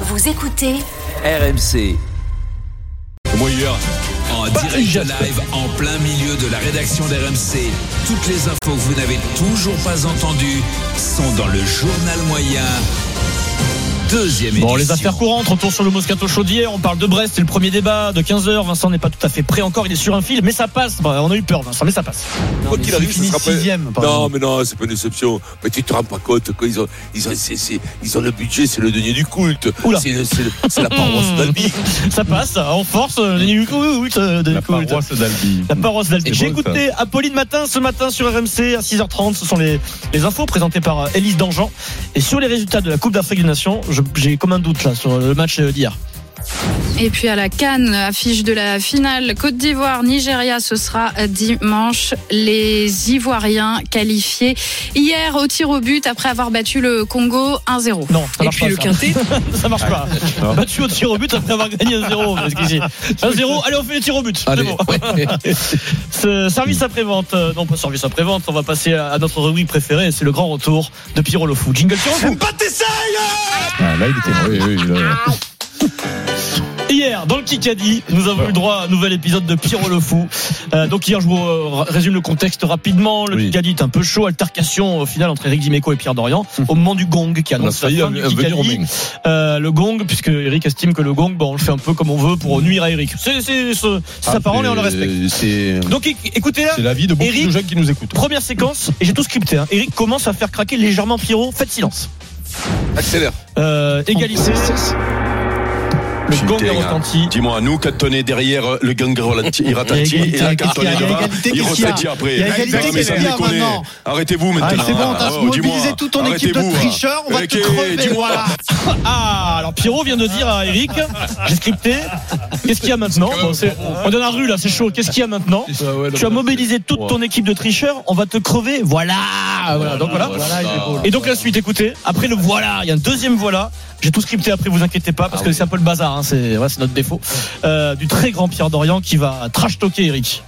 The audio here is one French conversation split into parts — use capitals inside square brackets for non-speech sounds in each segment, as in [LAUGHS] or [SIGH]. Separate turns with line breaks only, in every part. Vous écoutez
RMC.
Moi hier.
En
Bah,
direct
Jasper.
live, en plein milieu de la rédaction d'RMC, toutes les infos que vous n'avez toujours pas entendues sont dans le journal moyen. Deuxième
Bon, les
édition.
affaires courantes, retour sur le Moscato Show d'hier, on parle de Brest, c'est le premier débat de 15h, Vincent n'est pas tout à fait prêt encore, il est sur un fil, mais ça passe, Bah, on a eu peur Vincent, mais ça passe.
Quoi qu'il arrive, ça sera pas-
sixième, par
Non,
exemple.
mais non, c'est pas une exception. Mais tu te rends pas compte
Ah,
qu'ils ont, ils ont, c'est- c'est- ils ont le budget, c'est le denier du culte.
Oula.
C'est, le- c'est le- c'est la
Hmm.
paroisse
[LAUGHS]
d'Albi.
Ça passe, on force, euh, les nuits courtes, euh, des
La
courtes.
paroisse d'Albi.
La paroisse d'Albi.
C'est
J'ai
beau,
écouté Apolline Matin ce matin sur RMC à 6h30. Ce sont les, les infos présentées par euh, Élise Dangean. Et sur les résultats de la Coupe d'Afrique des Nations, je- j'ai comme un doute là sur le match euh, d'hier.
Et puis à la Cannes, affiche de la finale Côte d'Ivoire, Nigeria, ce sera dimanche. Les Ivoiriens qualifiés hier au tir au but après avoir battu le Congo 1-0.
Non, ça
Et
marche
puis
pas.
le
ça.
quintet,
[LAUGHS] Ça marche pas.
Non.
Battu au tir au but après avoir gagné 1-0. parce que j'ai-
Ah,
1-0, allez, on fait les tirs au but. C'est
Allez,
bon. [LAUGHS] Ce service après-vente, euh, non pas service après-vente, on va passer à à notre rubrique préférée, c'est le grand retour de Pierrot Le Fou. Jingle Pierrot Le Fou.
Ah, là, il était. Oui, oui, là.
Hier, dans le Kikadi, nous avons eu droit à un nouvel épisode de Pierrot le Fou. Euh, donc hier, je vous euh, ra- résume le contexte rapidement. Le
Oui.
Kikadi est un peu chaud, altercation au final entre Eric Dimeco et Pierre Dorian, au moment du gong qui
Hum. On a
annonce la
failli
fin du Kikadi.
venir au Ming.
Euh, le gong, puisque Eric estime que le gong, bon, on le fait un peu comme on veut pour nuire à Eric. C'est c'est- c'est- c'est sa parole et on le respecte.
Ah, C'est
Donc éc- écoutez là,
c'est l'avis de beaucoup
Eric-
de jeunes qui nous écoutent.
première séquence, et j'ai tout scripté. hein. Eric commence à faire craquer légèrement Pierrot, faites silence.
Accélère.
Euh, égalité. Le gong est ressenti.
Dis-moi, nous, quand on est derrière euh, le gangrel irratanti,
Il y a égalité,
et là, quand
qu'est-ce
on
qu'il y a
est
Il y a
devant,
égalité,
il
qu'est-ce qu'il y a
refait après.
Il y a égalité,
Non, mais
qu'est-ce
ça
qu'il y a Ah,
déconne. Arrêtez-vous maintenant. Oh,
c'est bon,
t'as mobilisé toute ton équipe de tricheurs, on va te crever. hein. Dis-moi,
Ah, alors Pierrot vient de dire à Eric, j'ai scripté, qu'est-ce qu'il y a maintenant Bon, c'est- On est dans la rue là, c'est chaud, qu'est-ce qu'il y a maintenant Tu as mobilisé toute ton équipe de tricheurs, on va te crever, voilà, voilà, donc voilà. Et donc la suite, écoutez, après le voilà, il y a un deuxième voilà, j'ai tout scripté après, vous inquiétez pas, parce que c'est un peu le bazar, hein, c'est voilà, c'est notre défaut, Euh, du très grand Pierre Dorian qui va trash-talker Eric.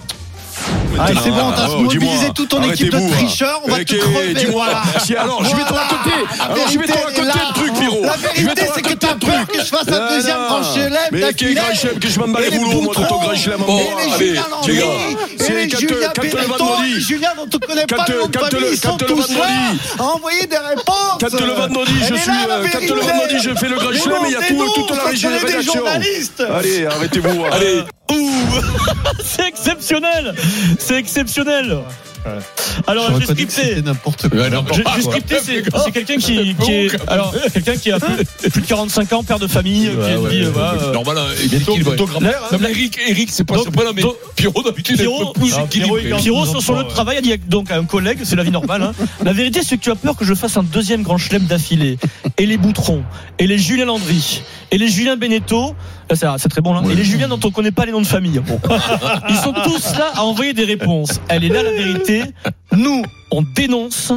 Ah,
Maintenant,
c'est bon, t'as
oh, dis-moi,
mobilisé toute ton équipe de
arrêtez-vous, hein.
tricheurs, on va te
Ok,
crever.
Dis-moi,
[LAUGHS]
si alors, je vais te raconter. Alors, je vais te
vérité,
raconter
elle est là.
le truc, Pierrot.
La
Je vais
vérité,
te
c'est que
raconter
t'as
le truc.
peur que je fasse un
Ah,
deuxième
non.
grand chelem
Mais qui est
d'affilée.
grand chelem que je m'en bats
Et
les boulots, moi, ton
Boutron,
grand chelem à
et
moi.
les
Allez,
Julien
les gars,
Landry,
c'est
et les
quand,
Julien
euh, quand le
Benetton,
vendredi-
et Julien dont on connaît pas
Quand,
le nom de
quand
famille,
le-
ils sont
quand le
tous là
vendredi-
à envoyer des réponses.
Quand le vendredi, je
Elle est
suis,
là, la
euh, quand
vérité.
le vendredi, je fais le grand
Mais
chelem,
non,
il y a
mais
tout-
non,
toute la
quand
région
on est des
rédaction.
journalistes.
Allez, arrêtez-vous. hein.
Allez,
[LAUGHS] C'est exceptionnel C'est exceptionnel Alors j'ai scripté
n'importe quoi.
J'ai j'ai scripté,
[LAUGHS]
c'est c'est quelqu'un qui, qui est, alors quelqu'un qui a
Hein
plus, plus de 45 ans, père de famille, qui est dit, euh, voilà, euh,
normal, Eric, Eric, c'est pas surprenant, mais Pierrot d'habitude
Pierrot,
plus
Pierrot,
équilibré.
Pierrot, sur son lieu de travail a dit à- donc à un collègue, c'est la vie normale. hein, La vérité, c'est que tu as peur que je fasse un deuxième grand chelem d'affilée. Et les Boutrons, et les Julien Landry, et les Julien Beneteau. Là, c'est- C'est très bon là. Et les Julien dont on connaît pas les noms de famille.
[LAUGHS]
Bon. Ils sont tous là à envoyer des réponses. Elle est là la vérité. Nous, on dénonce.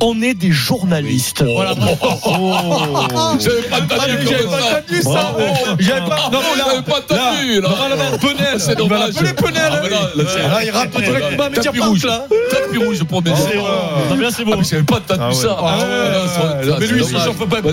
on est des journalistes. Voilà.
Oh.
Oh.
J'avais pas entendu, j'avais pas entendu ça.
Bravo.
J'avais pas, non, mais j'avais pas entendu. Là, Penel, c'est dommage. Penel.
Ah,
Là, il rappe le combat, mais tiens, rouge. Tapis rouge pour Benel.
C'est- Non, mais là, c'est
Ah,
beau.
mais j'avais pas entendu ça. Mais lui, il s'en fait pas peu.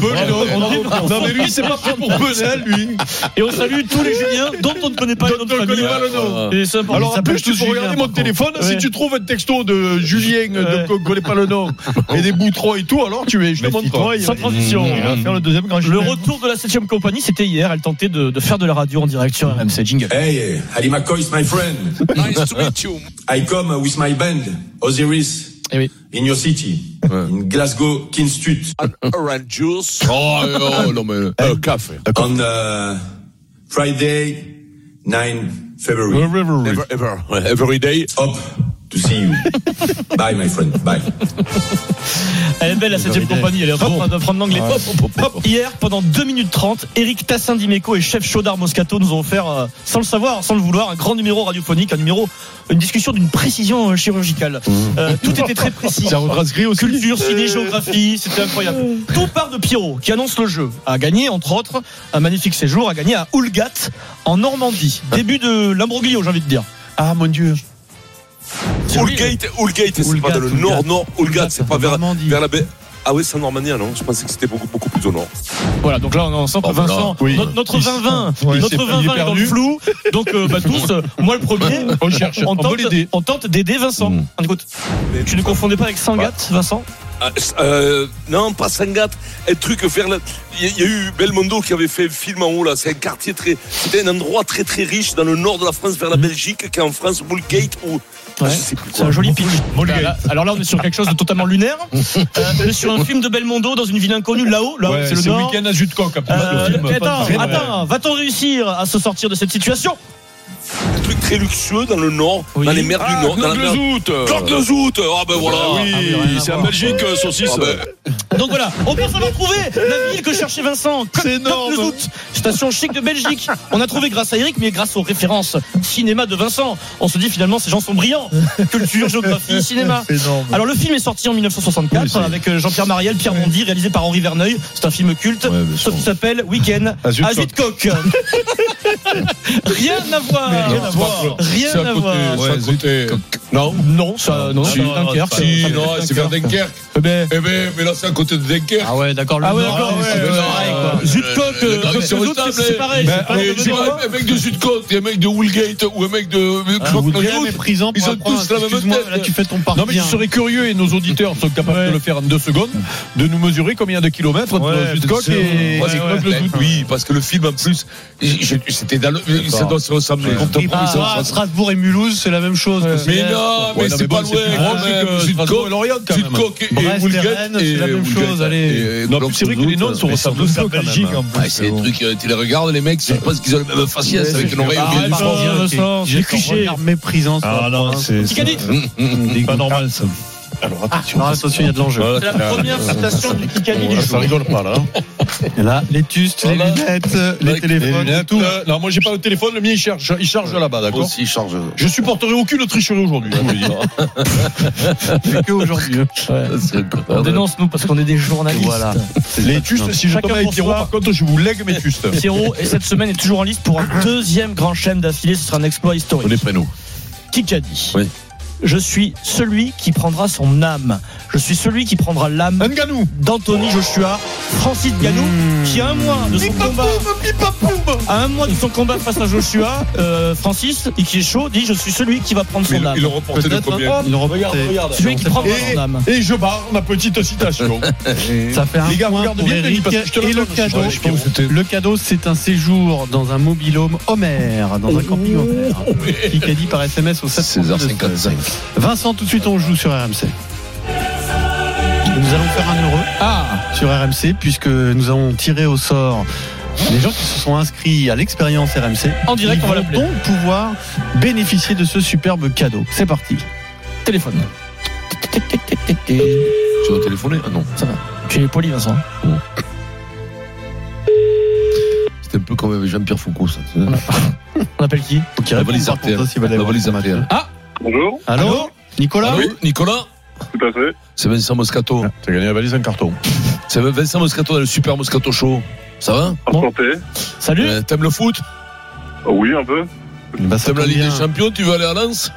Non, mais lui, c'est pas fait [LAUGHS] pour
hein,
Penel, lui.
Et on salue tous les Juliens dont on ne connaît pas les noms de
on ne
famille.
connaît pas le nom.
Et ça,
Alors
ils
en plus,
s'appellent
tu
tous
peux
Julien,
regarder
par
mon
contre.
téléphone. Si
Ouais.
tu trouves un texto de Julien,
Ouais.
de qu'on connaît pas le nom, et des boutrons et tout, alors tu es, je te montre.
hein.
Sans transition.
le deuxième grand
Le retour de la 7 compagnie, c'était hier. Elle tentait de, de faire de la radio en direct sur RMC Jingle.
Hey, Ali McCoy is my friend.
Nice
[LAUGHS]
to meet you.
I come with my band, Osiris,
Eh oui.
in your city, in Glasgow, Kinstut,
Ah,
orange juice.
Oh, oh, non, mais.
Un café.
on uh, Friday, 9 February.
Ever, ever. Ouais, Every day.
Hope to
[LAUGHS]
see you. Bye, my friend. Bye.
Elle est belle, la 7 compagnie. Elle est en train d'apprendre l'anglais.
Ah
Hop, Hier, pendant 2 minutes 30, Eric Tassin Dimeco et chef Chaudard Moscato nous ont offert, euh, sans le savoir, sans le vouloir, un grand numéro radiophonique, un numéro, une discussion d'une précision euh, chirurgicale. Euh, tout était très précis.
Mmh. Ça retranscrit aussi. Euh. Mmh.
Culture, ciné, géographie, c'était incroyable. Tout part de Pierrot, qui annonce le jeu. A gagné, entre autres, un magnifique séjour, a gagné à Oulgat, en Normandie. Début de l'imbroglio, j'ai envie de dire. hein.
Ah mon dieu.
Oulgate, Oulgate, c'est
Oulgate,
pas dans le
Oulgate.
nord, nord. Oulgate, c'est pas vers,
Normandie.
vers la baie. Ah oui, c'est en Normandie, non Je pensais que c'était beaucoup, beaucoup plus au nord.
Voilà, donc là on sent que
Oh, voilà.
Vincent,
Oui.
notre- notre
Il-
20-20,
[LAUGHS]
notre
Ouais, il s'est- il est
20-20 est dans le
perdu.
flou. Donc euh, bah, tous,
[LAUGHS]
euh, moi le premier,
On cherche,
on
on
tente,
veut l'aider.
on tente d'aider Vincent.
Mm.
On écoute.
Mais
Tu ne confondais pas avec Sangat, Vincent
Ah, euh, non, pas Sangat. Un truc faire là. Il y, a- il y a eu Belmondo qui avait fait un film en haut là. C'est un quartier très. C'était un endroit très très riche dans le nord de la France vers la Belgique, qui est en France, Bullgate ou.
Mm. Ouais.
Je sais plus
C'est
quoi.
un joli pitch.
Molgate.
Là, alors là, on est sur quelque chose de totalement
[LAUGHS]
lunaire. Euh, on est sur un film de Belmondo dans une ville inconnue, là-haut. Là,
Ouais,
c'est le
C'est
Nord.
week-end à Jutcoq après
Euh,
le film.
attends,
Vraiment.
attends, va-t-on réussir à se sortir de cette situation
Un truc très luxueux dans le nord,
Oui. Ah,
dans les mers du nord. dans la mer- Claude Le Zout Ah ben voilà
oui, c'est en
Belgique,
euh,
saucisse.
Ah ben,
Donc voilà, on pense avoir trouvé la ville que cherchait Vincent.
C'est énorme.
Cop-le-Zout, Station chic de Belgique. On a trouvé grâce à Eric, mais grâce aux références cinéma de Vincent. On se dit finalement, ces gens sont brillants. Culture,
[LAUGHS]
géographie, cinéma.
énorme.
Alors le film est sorti en 1964
Oui, c'est-
avec euh, Jean-Pierre Mariel, Pierre Bondy, réalisé par Henri Verneuil. C'est un film culte.
Ouais, bien
Ça
sûr. Ah,
s'appelle Week-end
À Zuidcoq.
à
[LAUGHS]
Zuidcoq. rien à voir. Rien à voir. Rien à voir.
C'est à côté.
Non, non, ça, non,
Si,
c'est Dunkerque.
Si,
Ça,
non, c'est vers Dunkerque.
Eh ben,
Eh ben, mais là, c'est à côté de Dunkerque.
ah ouais, d'accord. Ah ouais, d'accord.
Ah ouais,
c'est
ouais,
pareil,
ouais,
quoi.
ouais.
Zuidcoq,
Le
euh,
truc
Coq
sur
Zuidcoq,
le
c'est
table,
pareil.
ben,
c'est pas
allez,
le
c'est
même
vrai.
endroit.
Un mec de Sudcote, un mec de Woolgate ou un mec de.
Ah,
méprisant
Ils ont tous la même tête.
Là, tu fais ton parti. Non, mais je serais curieux et nos auditeurs sont capables de le faire en deux secondes, de nous mesurer combien de kilomètres entre Jutcoq et
Moi, c'est
Knock le
Knock le Zout. Oui, parce que le film en plus, j- j- c'était dans le, ça doit se ressembler. Ah,
Strasbourg et Mulhouse, c'est la même chose.
Mais non, mais c'est pas loin. quand même. Sudcote,
Lorient, quand même.
Sudcote et
Brest et
Woolgate.
Rennes, c'est la même chose, allez. Non, plus, c'est vrai que les noms sont ressemblés
ressemblés.
un peu quand même.
Ah, c'est des trucs, euh, tu les regardes, les mecs, je pense qu'ils ont le même faciès avec une oreille au
Ah,
milieu du front.
J'ai cliché.
méprisant.
Ah non, c'est
Kikadi,
c'est pas normal ça.
Alors attention, il y a de l'enjeu.
c'est la première citation de Kikadi du
Ouais, Ça
jour.
rigole pas là.
Là, les tustes, les
Voilà.
lunettes,
Les
les téléphones,
lunettes,
tout.
euh, non, moi j'ai pas le téléphone, le mien il charge, il charge là-bas,
Moi
d'accord
aussi, je charge.
Je supporterai aucune tricherie aujourd'hui. hein, je vous le dis.
[LAUGHS]
Plus que aujourd'hui.
On dénonce nous parce qu'on est des journalistes.
Voilà.
Les tustes, si je
Chacun
tombe avec
pour
Pierrot,
soi.
par contre, je vous lègue mes tustes.
Pierrot, et cette semaine est toujours en liste pour un deuxième grand chelem d'affilée. Ce sera un exploit historique.
[LAUGHS] les prénoms.
Kikadi.
Oui.
Je suis celui qui prendra son âme. Je suis celui qui prendra l'âme
Nganou
d'Anthony Joshua, Francis Ganou,
Mmh.
qui a un mois de son combat. À un mois de son combat face à Joshua, euh, Francis, et qui est chaud, dit Je suis celui qui va prendre son âme. hein
Il le reporté de
Peut-être,
combien
Ils l'ont reporté.
Celui qui prendra son âme.
Et je barre ma petite citation.
Ça fait un
Les gars,
point
regarde
pour
bien, Denis,
Eric.
parce que je te la
Et le
donne, je
cadeau,
pense. Je pense que c'était-
le cadeau, c'est un séjour dans un mobilhome Homer, dans un camping Homer. Kikadi par SMS au 7h55. Vincent, tout de suite, on joue sur RMC. Nous allons faire un heureux sur RMC, puisque nous avons tiré au sort les gens qui se sont inscrits à l'expérience RMC.
En direct,
Ils
on va
vont
l'appeler.
donc pouvoir bénéficier de ce superbe cadeau. C'est parti.
Téléphone.
Tu dois téléphoner Ah non,
Tu es poli, Vincent.
c'était un peu comme avec Jean-Pierre Foucault, ça.
On appelle qui
La valise artère. La valise artère.
Bonjour,
Allô Nicolas
Allô, Ah Nicolas Ah.
tout à fait.
C'est Vincent Moscato.
T'as gagné la valise en carton.
C'est Vincent Moscato dans le Super Moscato Show. Ça va
Enchanté.
Salut
Eh,
Euh, T'aimes le foot
Oh Oui, un peu.
Bah, ça
T'aimes la
tombe
Ligue des
bien.
Champions Tu veux aller à Lens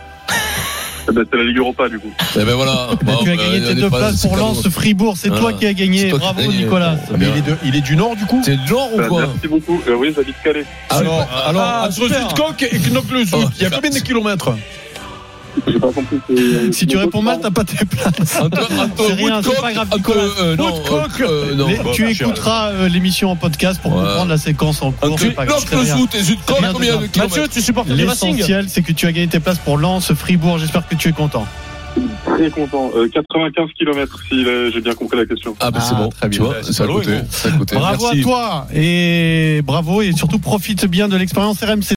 Eh ben, c'est la Ligue Europa, du coup.
Eh ben voilà. [LAUGHS]
Bah,
Bon,
tu as
euh,
gagné
on
tes
est
deux
pas-
places
c'est
pour
cadeau.
Lens, Fribourg, c'est
Ah.
toi qui as
C'est
gagné.
toi qui as
Bravo
gagné.
Nicolas.
Ah,
Mais
bien.
il est, de- il est du Nord du coup
T'es du Nord ou
Ben,
quoi
merci beaucoup. Euh, oui, j'habite Calais.
Alors, alors
Ah,
entre
super.
Zutcoq et Knock
Ah.
le Zout, il y a combien de kilomètres
J'ai pas compris. que-
Si tu réponds
Oh.
mal, t'as pas tes places.
Entre, entre
C'est rien, c'est pas grave,
entre,
Nicolas.
euh, non,
Woodcock.
entre, euh, non.
Mais tu
bah,
écouteras euh, l'émission en podcast pour
Ouais.
comprendre la séquence en cours.
Entre
c'est pas grave,
Knock
c'est
le
rien.
Zout et Zutcoq,
Rien de
combien de
grave.
kilomètres
Mathieu, tu supportes le Racing
L'essentiel, c'est que tu as gagné tes places pour Lens, Fribourg. J'espère que tu es content.
Très content. Euh, 95 km, si euh, j'ai bien compris la question.
Ah, ben c'est
Ah,
bon.
très
tu
bien.
vois, c'est à
Salaud,
côté.
Hugo.
c'est à côté.
Bravo
Eh, Merci.
à toi et bravo et surtout profite bien de l'expérience RMC.